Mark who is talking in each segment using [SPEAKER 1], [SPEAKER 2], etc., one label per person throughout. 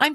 [SPEAKER 1] I'm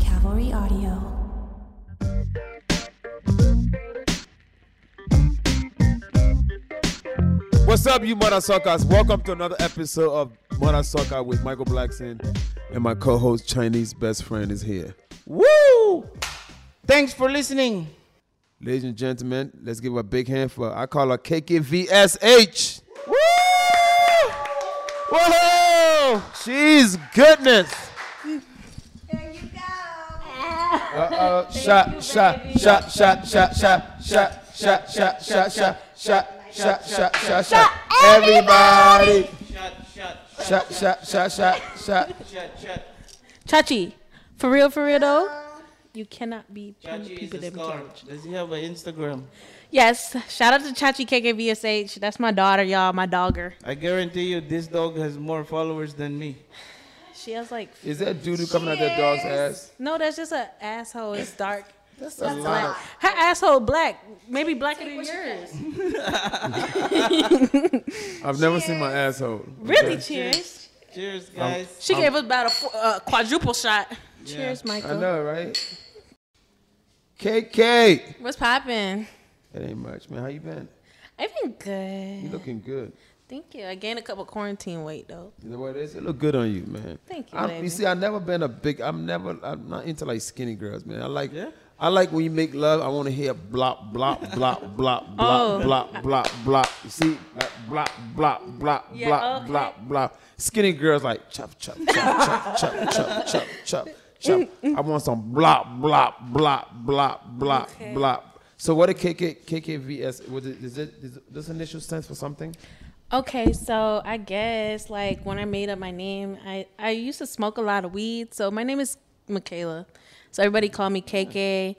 [SPEAKER 2] Cavalry Audio.
[SPEAKER 3] What's up, you Mother Suckers? Welcome to another episode of Mother Sucker with Michael Blackson, and my co host, Chinese best friend, is here.
[SPEAKER 4] Woo! Thanks for listening.
[SPEAKER 3] Ladies and gentlemen, let's give her a big hand for I call her KKVSH. Woo! Whoa! She's goodness. Uh-oh. Shot, shot, shot, shot, shot, shot, shot, shot, shot, shot, shot, shot, shot, shot, shot, shot. Everybody. Shot, shot, shot, shot, shot.
[SPEAKER 5] Chachi, for real, for real though, you cannot be putting people that we can't.
[SPEAKER 4] Does he have an Instagram?
[SPEAKER 5] Yes, shout out to Chachi KKVSH. That's my daughter, y'all. My dogger.
[SPEAKER 4] I guarantee you, this dog has more followers than me.
[SPEAKER 5] She has like.
[SPEAKER 3] Is that doo doo coming out that dog's ass?
[SPEAKER 5] No, that's just an asshole. It's dark. That's,
[SPEAKER 3] a lot of-
[SPEAKER 5] Her asshole black, maybe blacker than yours.
[SPEAKER 3] I've never seen my asshole.
[SPEAKER 5] Really, cheers.
[SPEAKER 4] Cheers, guys.
[SPEAKER 5] She gave us about a four, uh, quadruple shot. Cheers,
[SPEAKER 3] I
[SPEAKER 5] Michael.
[SPEAKER 3] know, right? KK.
[SPEAKER 5] What's poppin'?
[SPEAKER 3] That ain't much, man. How you been?
[SPEAKER 5] I've been good.
[SPEAKER 3] You looking good.
[SPEAKER 5] Thank you. I gained a couple quarantine weight though.
[SPEAKER 3] You know what it is? It look good on you, man.
[SPEAKER 5] Thank you,
[SPEAKER 3] I'm-
[SPEAKER 5] baby.
[SPEAKER 3] You see, I've never been a big. I'm never. I'm not into like skinny girls, man. I like.
[SPEAKER 4] Yeah?
[SPEAKER 3] I like when you make love. I want to hear blop blop blop blop blop
[SPEAKER 5] Oh.
[SPEAKER 3] blop blop blop. You see, like, blop blop blop
[SPEAKER 5] Yeah,
[SPEAKER 3] blop
[SPEAKER 5] okay.
[SPEAKER 3] blop blop. Skinny girls like chop chop chop chop chop chop chop chop chop. I want some blop blop blop blop blop blop. So what did KK KKVS? Was it, is it is it- does initial stands for something?
[SPEAKER 5] Okay, so I guess like when I made up my name, I I used to smoke a lot of weed, so my name is Michaela. So everybody called me KK,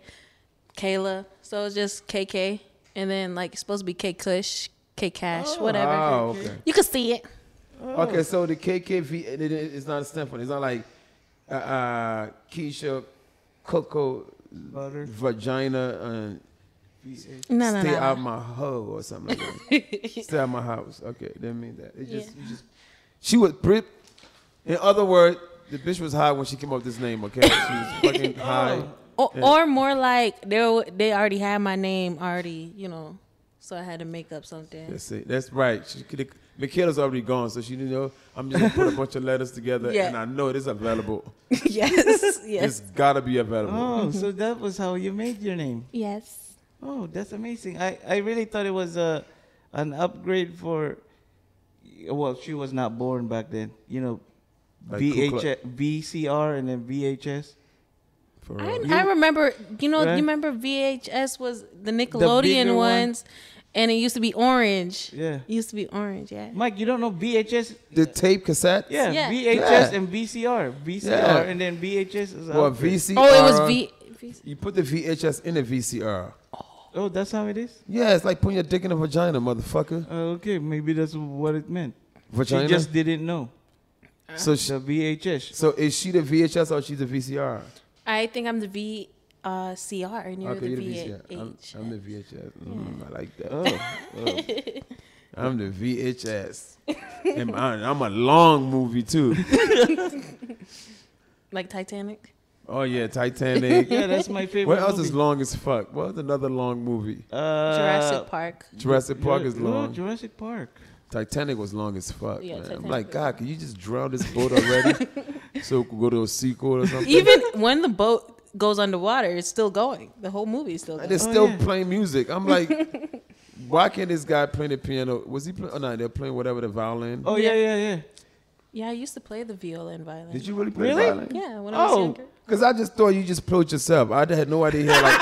[SPEAKER 5] Kayla. So it's just KK, and then like it's supposed to be K Kush, K Cash, whatever.
[SPEAKER 3] Oh, okay.
[SPEAKER 5] You can see it.
[SPEAKER 3] Okay, so the KKV it, it, it's not a stem for it. It's not like uh, uh, Keisha, Coco,
[SPEAKER 4] Butter.
[SPEAKER 3] vagina, and
[SPEAKER 5] No, no,
[SPEAKER 3] stay
[SPEAKER 5] no,
[SPEAKER 3] out
[SPEAKER 5] no.
[SPEAKER 3] my hoe or something like that. stay out my house. Okay, didn't mean that. It just, you just she was pretty. In other words, the bitch was high when she came up with this name. Okay, she was fucking high.
[SPEAKER 5] Or, or more like they were- they already had my name already, you know. So I had to make up something.
[SPEAKER 3] That's it. That's right. She could. Michaela's already gone, so she didn't know. I'm just gonna put a bunch of letters together,
[SPEAKER 5] Yeah.
[SPEAKER 3] and I know it is available.
[SPEAKER 5] yes, yes,
[SPEAKER 3] It's gotta be available.
[SPEAKER 4] Oh, so that was how you made your name.
[SPEAKER 5] yes.
[SPEAKER 4] Oh, that's amazing. I, I really thought it was a an upgrade for. Well, she was not born back then. You know,
[SPEAKER 3] Like Ku Klux-
[SPEAKER 4] VH, VCR and then VHS.
[SPEAKER 3] For
[SPEAKER 5] I,
[SPEAKER 3] real.
[SPEAKER 5] I remember, you know,
[SPEAKER 4] Yeah.
[SPEAKER 5] you remember VHS was the Nickelodeon
[SPEAKER 4] one.
[SPEAKER 5] ones, and it used to be orange.
[SPEAKER 4] Yeah.
[SPEAKER 5] It used to be orange, yeah.
[SPEAKER 4] Mike, you don't know VHS?
[SPEAKER 3] the tape cassette.
[SPEAKER 4] Yeah,
[SPEAKER 5] Yeah.
[SPEAKER 4] VHS
[SPEAKER 3] Yeah.
[SPEAKER 4] and VCR. VCR
[SPEAKER 3] Yeah.
[SPEAKER 4] and then VHS is
[SPEAKER 3] Or
[SPEAKER 4] out there.
[SPEAKER 3] VCR.
[SPEAKER 5] oh, it was V. V-
[SPEAKER 3] You put the VHS in the VCR.
[SPEAKER 4] Oh, that's how it is?
[SPEAKER 3] Yeah, it's like putting your dick in a vagina, motherfucker.
[SPEAKER 4] Uh, okay, maybe that's what it meant.
[SPEAKER 3] Vagina.
[SPEAKER 4] She just didn't know.
[SPEAKER 3] so, she,
[SPEAKER 4] The VHS.
[SPEAKER 3] so is she the VHS or she the VCR?
[SPEAKER 5] I think I'm the V. Uh, CR and you're the
[SPEAKER 3] you're
[SPEAKER 5] VH.
[SPEAKER 3] I'm, I'm the VHS. Mm, I like that. Oh, oh. I'm the VHS. and I, I'm a long movie too.
[SPEAKER 5] like Titanic.
[SPEAKER 3] Oh yeah, Titanic.
[SPEAKER 4] Yeah, that's my favorite.
[SPEAKER 3] What else
[SPEAKER 4] movie.
[SPEAKER 3] is long as fuck? What's another long movie?
[SPEAKER 4] Uh,
[SPEAKER 5] Jurassic Park.
[SPEAKER 3] Jurassic Park is
[SPEAKER 4] Ju-
[SPEAKER 3] long.
[SPEAKER 4] Jurassic Park.
[SPEAKER 3] Titanic was long as fuck,
[SPEAKER 5] Yeah,
[SPEAKER 3] man. I'm
[SPEAKER 5] Titanic
[SPEAKER 3] like,
[SPEAKER 5] was
[SPEAKER 3] God, can you just drown this boat already? so we could go to a sequel or something.
[SPEAKER 5] Even when the boat goes underwater, it's still going. The whole movie is still
[SPEAKER 3] and they're
[SPEAKER 5] going.
[SPEAKER 3] still
[SPEAKER 4] yeah.
[SPEAKER 3] playing music. I'm like, why can't this guy playing the piano? Was he playing? Oh no, they're playing whatever the violin.
[SPEAKER 4] Oh yeah, yeah, yeah.
[SPEAKER 5] Yeah, I used to play the viola and violin.
[SPEAKER 3] Did you really play
[SPEAKER 4] Really?
[SPEAKER 3] violin?
[SPEAKER 5] Yeah, when I was
[SPEAKER 4] Oh.
[SPEAKER 5] younger.
[SPEAKER 3] Cause I just thought you just played yourself. I had no idea here, like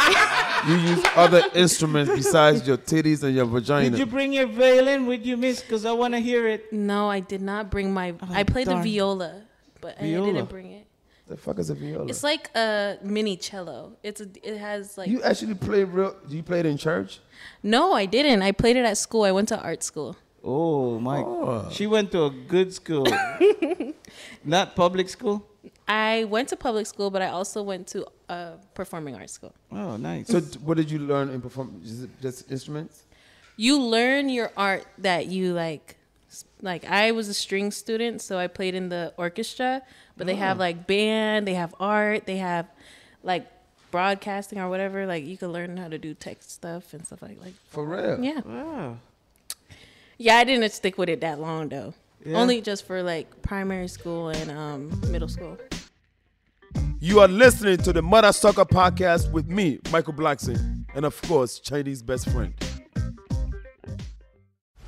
[SPEAKER 3] you use other instruments besides your titties and your vagina.
[SPEAKER 4] Did you bring your violin with you, Miss? Cause I wanna hear it.
[SPEAKER 5] No, I did not bring my. I played
[SPEAKER 4] darn.
[SPEAKER 5] the viola, but I
[SPEAKER 4] Viola.
[SPEAKER 5] didn't bring it.
[SPEAKER 3] the fuck is a viola?
[SPEAKER 5] It's like a mini cello. It's a, it has like
[SPEAKER 3] you actually play real? Do you play it in church?
[SPEAKER 5] no, I didn't. I played it at school. I went to art school.
[SPEAKER 4] Oh, Mike. She went to a good school, not public school.
[SPEAKER 5] I went to public school, but I also went to uh, performing arts school.
[SPEAKER 4] Oh, nice.
[SPEAKER 3] So d- what did you learn in perform? Is it just instruments?
[SPEAKER 5] You learn your art that you like. s- Like I was a string student, so I played in the orchestra. But they have like band, they have art, they have like broadcasting or whatever. Like you can learn how to do tech stuff and stuff like like
[SPEAKER 3] For real?
[SPEAKER 5] yeah.
[SPEAKER 4] wow.
[SPEAKER 5] Yeah, I didn't stick with it that long though.
[SPEAKER 4] Yeah.
[SPEAKER 5] Only just for like primary school and um, middle school.
[SPEAKER 3] You are listening to the Mother Sucker Podcast with me, Michael Blackson, and of course, Chinese best friend.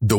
[SPEAKER 6] The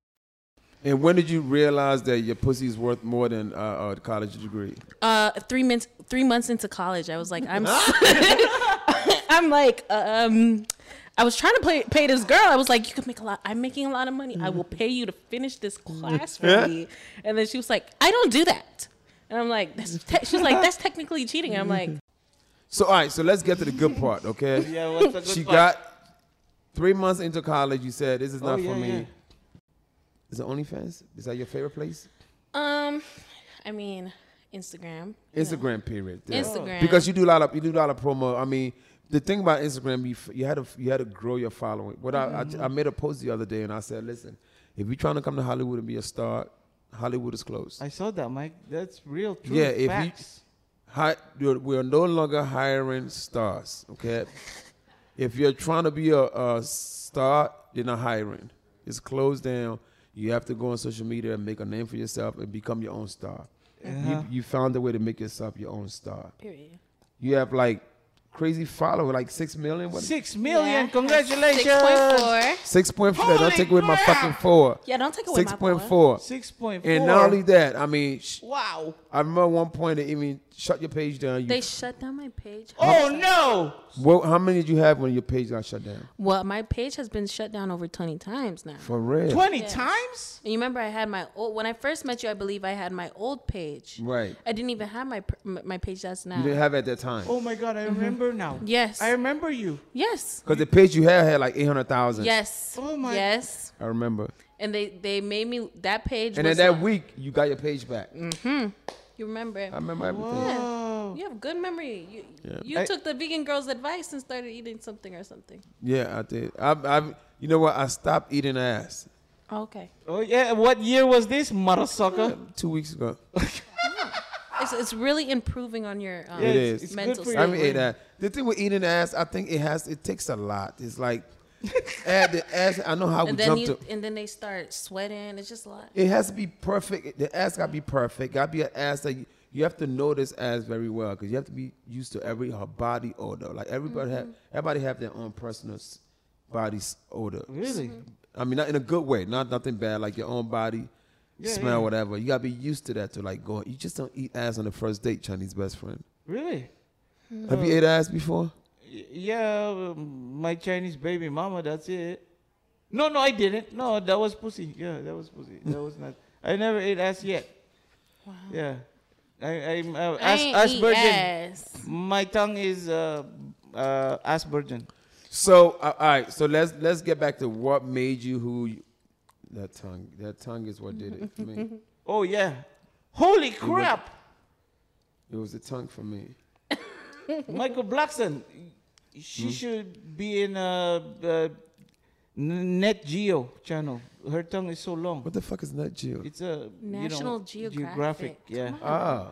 [SPEAKER 3] And when did you realize that your pussy is worth more than uh, a college degree?
[SPEAKER 5] Uh, three months three months into college, I was like, I'm s- I'm like, um, I was trying to play, pay this girl. I was like, you could make a lot. I'm making a lot of money. I will pay you to finish this class for me. And then she was like, I don't do that. And I'm like, that's te-. she was like, that's technically cheating. I'm like,
[SPEAKER 3] So all right, so let's get to the good part, okay?
[SPEAKER 4] Yeah, what's the good
[SPEAKER 3] she
[SPEAKER 4] part? Oh,
[SPEAKER 3] got three months into college. You said this is not
[SPEAKER 4] yeah,
[SPEAKER 3] for me.
[SPEAKER 4] yeah.
[SPEAKER 3] Is it OnlyFans? Is that your favorite place?
[SPEAKER 5] Um, I mean, Instagram. you know.
[SPEAKER 3] Instagram period. yeah.
[SPEAKER 5] Instagram.
[SPEAKER 3] Because you do a lot of you do a lot of promo. I mean, the thing about Instagram, you, f- you had to f- you had to grow your following. What I-
[SPEAKER 7] Mhm.
[SPEAKER 3] I, I made a post the other day and I said, listen, if you're trying to come to Hollywood and be a star, Hollywood is closed.
[SPEAKER 4] I saw that, Mike. That's real. True
[SPEAKER 3] yeah, if
[SPEAKER 4] facts.
[SPEAKER 3] you hi, you're, we're no longer hiring stars. Okay, if you're trying to be a, a star, you're not hiring. It's closed down. You have to go on social media and make a name for yourself and become your own star.
[SPEAKER 7] Uh-huh.
[SPEAKER 3] You, you found a way to make yourself your own star.
[SPEAKER 5] Period.
[SPEAKER 3] You have like crazy follower, like six million. What?
[SPEAKER 4] Six million.
[SPEAKER 5] Yeah.
[SPEAKER 4] Congratulations.
[SPEAKER 5] 6.4.
[SPEAKER 3] Six point four. Don't
[SPEAKER 5] Holy
[SPEAKER 3] take away my fucking four.
[SPEAKER 5] Yeah, don't take away
[SPEAKER 3] Six
[SPEAKER 5] my
[SPEAKER 3] point
[SPEAKER 5] four.
[SPEAKER 3] four.
[SPEAKER 4] 6.4.
[SPEAKER 3] And not only that, I mean, sh-
[SPEAKER 4] Wow.
[SPEAKER 3] I remember one point they even shut your page down. You
[SPEAKER 5] They shut down my page.
[SPEAKER 4] Oh no!
[SPEAKER 3] Well, how many did you have when your page got shut down?
[SPEAKER 5] Well, my page has been shut down over twenty times now.
[SPEAKER 3] For real?
[SPEAKER 4] 20 times?
[SPEAKER 5] You remember I had my old when I first met you. I believe I had my old page.
[SPEAKER 3] Right.
[SPEAKER 5] I didn't even have my pr- m- my page that's now.
[SPEAKER 3] You didn't have it at that time.
[SPEAKER 4] Oh my God! I remember now.
[SPEAKER 5] Mm-hmm. Yes.
[SPEAKER 4] I remember you.
[SPEAKER 5] Yes.
[SPEAKER 3] Because the page you had had like 800,000.
[SPEAKER 5] Yes. Oh my. Yes.
[SPEAKER 3] I remember.
[SPEAKER 5] And they they made me that page.
[SPEAKER 3] And then
[SPEAKER 5] was
[SPEAKER 3] that
[SPEAKER 5] like-
[SPEAKER 3] week, you got your page back.
[SPEAKER 5] Hmm. You remember it?
[SPEAKER 3] I remember everything.
[SPEAKER 5] Yeah. You have good memory. You
[SPEAKER 3] Yeah.
[SPEAKER 5] you
[SPEAKER 3] I-
[SPEAKER 5] took the vegan girl's advice and started eating something or something.
[SPEAKER 3] Yeah, I did. I, I, you know what? I stopped eating ass
[SPEAKER 5] Okay.
[SPEAKER 4] Oh yeah. What year was this, mother sucker?
[SPEAKER 3] uh, two weeks ago.
[SPEAKER 5] It's, it's really improving on your um,
[SPEAKER 3] it is.
[SPEAKER 5] mental
[SPEAKER 3] I
[SPEAKER 5] state.
[SPEAKER 3] mean, it, uh, the thing with eating ass, I think it has, it takes a lot. It's like, add the ass, I know how
[SPEAKER 5] and
[SPEAKER 3] we
[SPEAKER 5] then
[SPEAKER 3] jump
[SPEAKER 5] you,
[SPEAKER 3] to.
[SPEAKER 5] and then they start sweating. It's just a lot.
[SPEAKER 3] It has to be perfect. The ass got to be perfect. Got to be an ass that you, you have to know this ass very well because you have to be used to every her body odor. Like everybody have
[SPEAKER 4] Mm-hmm.
[SPEAKER 7] Mhm.
[SPEAKER 3] everybody have their own personal s- body's odor.
[SPEAKER 7] Really? Mhm.
[SPEAKER 3] I mean, not in a good way. Not nothing bad. Like your own body
[SPEAKER 4] Yeah,
[SPEAKER 3] smell,
[SPEAKER 4] yeah.
[SPEAKER 3] whatever. You gotta be used to that. To like going, you just don't eat ass on the first date. Chinese best friend.
[SPEAKER 4] Really?
[SPEAKER 3] Have you
[SPEAKER 4] Uh,
[SPEAKER 3] ate ass before?
[SPEAKER 4] y- Yeah, um, my Chinese baby mama. That's it. No, no, I didn't. No, that was pussy. Yeah, that was pussy. That was not. I never ate ass yet. Wow. Yeah. I, I'm uh,
[SPEAKER 5] I
[SPEAKER 4] ass,
[SPEAKER 5] ain't
[SPEAKER 4] ass
[SPEAKER 5] eat
[SPEAKER 4] virgin.
[SPEAKER 5] ass.
[SPEAKER 4] My tongue is uh, uh, ass virgin.
[SPEAKER 3] So uh, all right, so let's let's get back to what made you who. You, that tongue, that tongue is what did it for me.
[SPEAKER 4] Oh yeah. Holy
[SPEAKER 3] was-
[SPEAKER 4] crap!
[SPEAKER 3] It was the tongue for me.
[SPEAKER 4] Michael Blackson, she
[SPEAKER 3] Hmm?
[SPEAKER 4] should be in a, uh N- Net Geo channel. Her tongue is so long. What
[SPEAKER 3] the fuck is Net Geo?
[SPEAKER 4] It's a
[SPEAKER 5] National
[SPEAKER 4] you know,
[SPEAKER 5] Geographic.
[SPEAKER 4] Yeah.
[SPEAKER 3] Ah.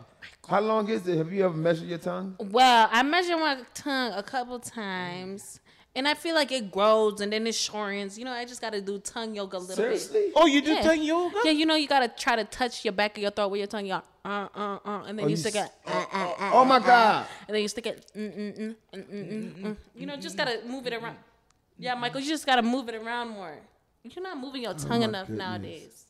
[SPEAKER 3] How long is it? Have you ever measured your tongue?
[SPEAKER 5] Well, I measured my tongue a couple times, and I feel like it grows and then it shortens. You know, I just got to do tongue yoga a little
[SPEAKER 4] Seriously?
[SPEAKER 5] bit.
[SPEAKER 4] Oh, you do tongue yoga?
[SPEAKER 5] Yeah, you know, you got to try to touch your back of your throat with your tongue. You're, uh, uh, uh, and then
[SPEAKER 4] Oh,
[SPEAKER 5] you
[SPEAKER 4] you
[SPEAKER 5] stick
[SPEAKER 4] s-
[SPEAKER 5] it. Uh, uh, uh,
[SPEAKER 4] Oh, my
[SPEAKER 5] uh, uh,
[SPEAKER 4] God.
[SPEAKER 5] And then you stick it. Mm, mm, mm, mm, mm, mm, mm. You know, just got to move it around. Yeah, Michael, you just got to move it around more. You're not moving your
[SPEAKER 3] Oh,
[SPEAKER 5] tongue
[SPEAKER 3] my
[SPEAKER 5] enough
[SPEAKER 3] goodness.
[SPEAKER 5] nowadays.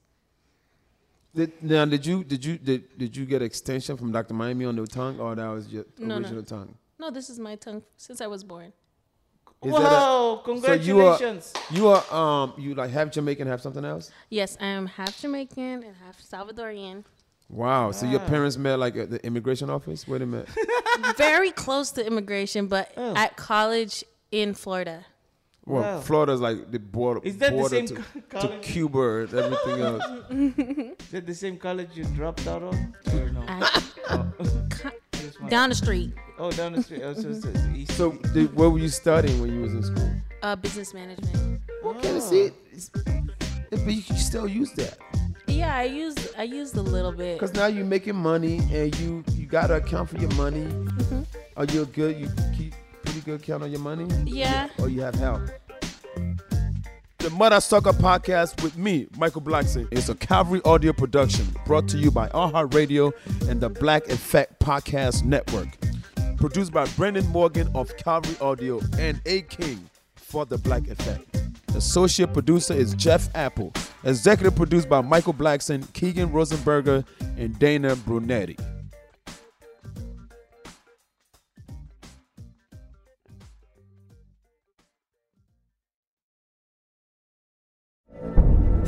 [SPEAKER 3] Did, now, did you did you did, did you get extension from Dr. Miami on the tongue, or that was your
[SPEAKER 5] No, no.
[SPEAKER 3] original tongue?
[SPEAKER 5] No, this is my tongue since I was born.
[SPEAKER 3] Is that a-
[SPEAKER 4] Wow, congratulations.
[SPEAKER 3] So you are you are um you like half Jamaican, half something else.
[SPEAKER 5] Yes, I am half Jamaican and half Salvadorian.
[SPEAKER 3] Wow. So your
[SPEAKER 5] Ah.
[SPEAKER 3] parents met like at the immigration office. Wait a minute.
[SPEAKER 5] Very close to immigration, but at college in Florida.
[SPEAKER 3] Well,
[SPEAKER 5] Wow.
[SPEAKER 3] Florida's like the border.
[SPEAKER 4] Is that the
[SPEAKER 3] border
[SPEAKER 4] same
[SPEAKER 3] to,
[SPEAKER 4] co-
[SPEAKER 3] to
[SPEAKER 4] college?
[SPEAKER 3] Cuba and everything else?
[SPEAKER 4] Is that the same college you dropped out of? Or no? Oh. Just one.
[SPEAKER 5] Down the street.
[SPEAKER 4] Oh, down the street. Oh, so, so, so east.
[SPEAKER 3] so, did, what were you studying when you was in school?
[SPEAKER 5] Uh, business management.
[SPEAKER 3] Okay, see, it's, but you can still use that.
[SPEAKER 5] Yeah, I used I used a little bit.
[SPEAKER 3] Cause now you're making money and you you gotta account for your money. Are you a good? You keep pretty good count on your money.
[SPEAKER 5] Yeah.
[SPEAKER 3] Or you have help. The Mother Sucker Podcast with me, Michael Blackson, is a Calvary Audio production brought to you by Aha Radio and the Black Effect Podcast Network. Produced by Brendan Morgan of Calvary Audio and A King for the Black Effect. Associate producer is Jeff Apple. Executive produced by Michael Blackson, Keegan Rosenberger, and Dana Brunetti.